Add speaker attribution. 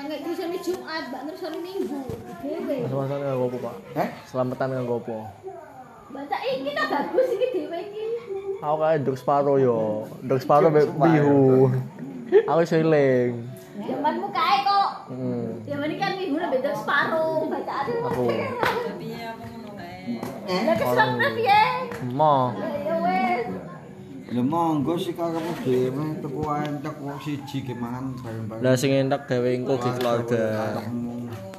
Speaker 1: Enggak terus hari Jumat, mbak terus hari Minggu. Dewe.
Speaker 2: Selamatan dengan gopo pak.
Speaker 3: Hah?
Speaker 2: Selamatan dengan gopo.
Speaker 1: Mbak tak iki tak bagus iki dewe iki.
Speaker 2: Aku kayak duk separo yo. Duk separo be bihu. Aku seling.
Speaker 1: Zamanmu kae kok.
Speaker 2: Hmm.
Speaker 1: Zaman ini kan minggu lebih terus separuh bacaan itu.
Speaker 2: Aku.
Speaker 4: Tapi aku ngono kae.
Speaker 3: Eh?
Speaker 1: Lah keselamatan piye?
Speaker 2: Mo.
Speaker 1: Ya ya wes.
Speaker 3: Lha monggo sih karepmu dhewe tuku ae entek wong siji ge mangan bareng-bareng.
Speaker 2: Lah sing enak gawe engko di keluarga.
Speaker 3: Ketemu.